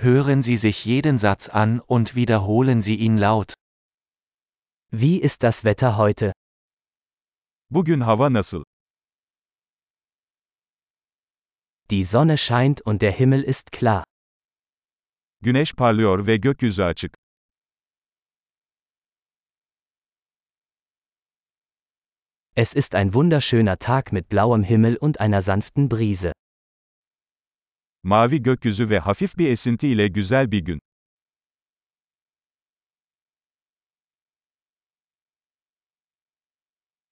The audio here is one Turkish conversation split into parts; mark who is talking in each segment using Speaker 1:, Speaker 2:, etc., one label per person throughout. Speaker 1: Hören Sie sich jeden Satz an und wiederholen Sie ihn laut.
Speaker 2: Wie ist das Wetter heute?
Speaker 3: Bugün hava nasıl?
Speaker 2: Die Sonne scheint und der Himmel ist klar.
Speaker 3: Güneş parlıyor ve gökyüzü açık.
Speaker 2: Es ist ein wunderschöner Tag mit blauem Himmel und einer sanften Brise.
Speaker 3: Mavi gökyüzü ve hafif bir esinti ile güzel bir gün.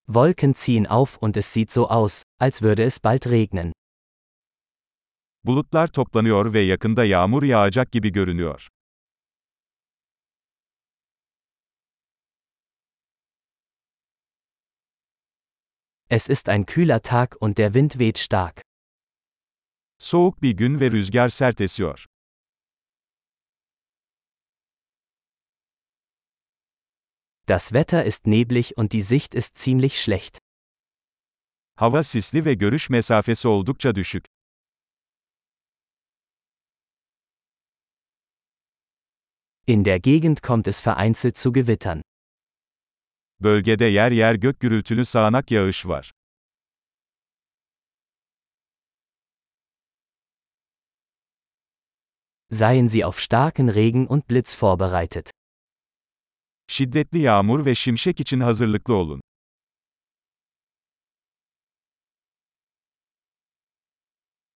Speaker 2: Wolken ziehen auf und es sieht so aus, als würde es bald regnen.
Speaker 3: Bulutlar toplanıyor ve yakında yağmur yağacak gibi görünüyor.
Speaker 2: Es ist ein kühler Tag und der Wind weht stark.
Speaker 3: Soğuk bir gün ve rüzgar sert esiyor.
Speaker 2: Das Wetter ist neblig und die Sicht ist ziemlich schlecht.
Speaker 3: Hava sisli ve görüş mesafesi oldukça düşük.
Speaker 2: In der Gegend kommt es vereinzelt zu Gewittern.
Speaker 3: Bölgede yer yer gök gürültülü sağanak yağış var.
Speaker 2: Seien Sie auf starken Regen und Blitz vorbereitet.
Speaker 3: Şiddetli yağmur ve şimşek için hazırlıklı olun.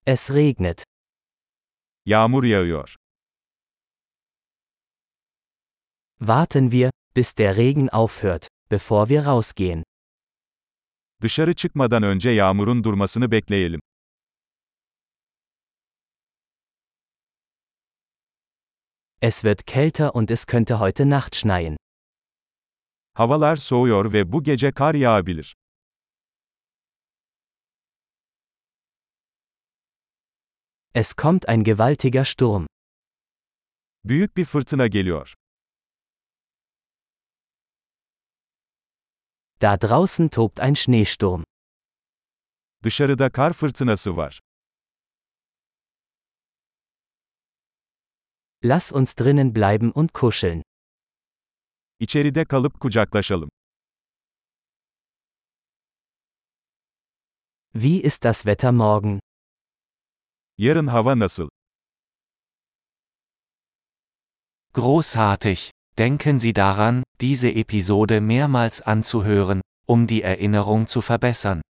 Speaker 2: Es regnet.
Speaker 3: Yağmur yağıyor.
Speaker 2: Warten wir, bis der Regen aufhört, bevor wir rausgehen.
Speaker 3: Dışarı çıkmadan önce yağmurun durmasını bekleyelim.
Speaker 2: Es wird kälter und es könnte heute Nacht schneien.
Speaker 3: Havalar soğuyor ve bu gece kar yağabilir.
Speaker 2: Es kommt ein gewaltiger Sturm.
Speaker 3: Büyük bir fırtına geliyor.
Speaker 2: Da draußen tobt ein Schneesturm.
Speaker 3: Dışarıda kar fırtınası var.
Speaker 2: Lass uns drinnen bleiben und kuscheln.
Speaker 3: İçeride kalıp kucaklaşalım.
Speaker 2: Wie ist das Wetter morgen?
Speaker 3: Yarın hava nasıl?
Speaker 1: Großartig! Denken Sie daran, diese Episode mehrmals anzuhören, um die Erinnerung zu verbessern.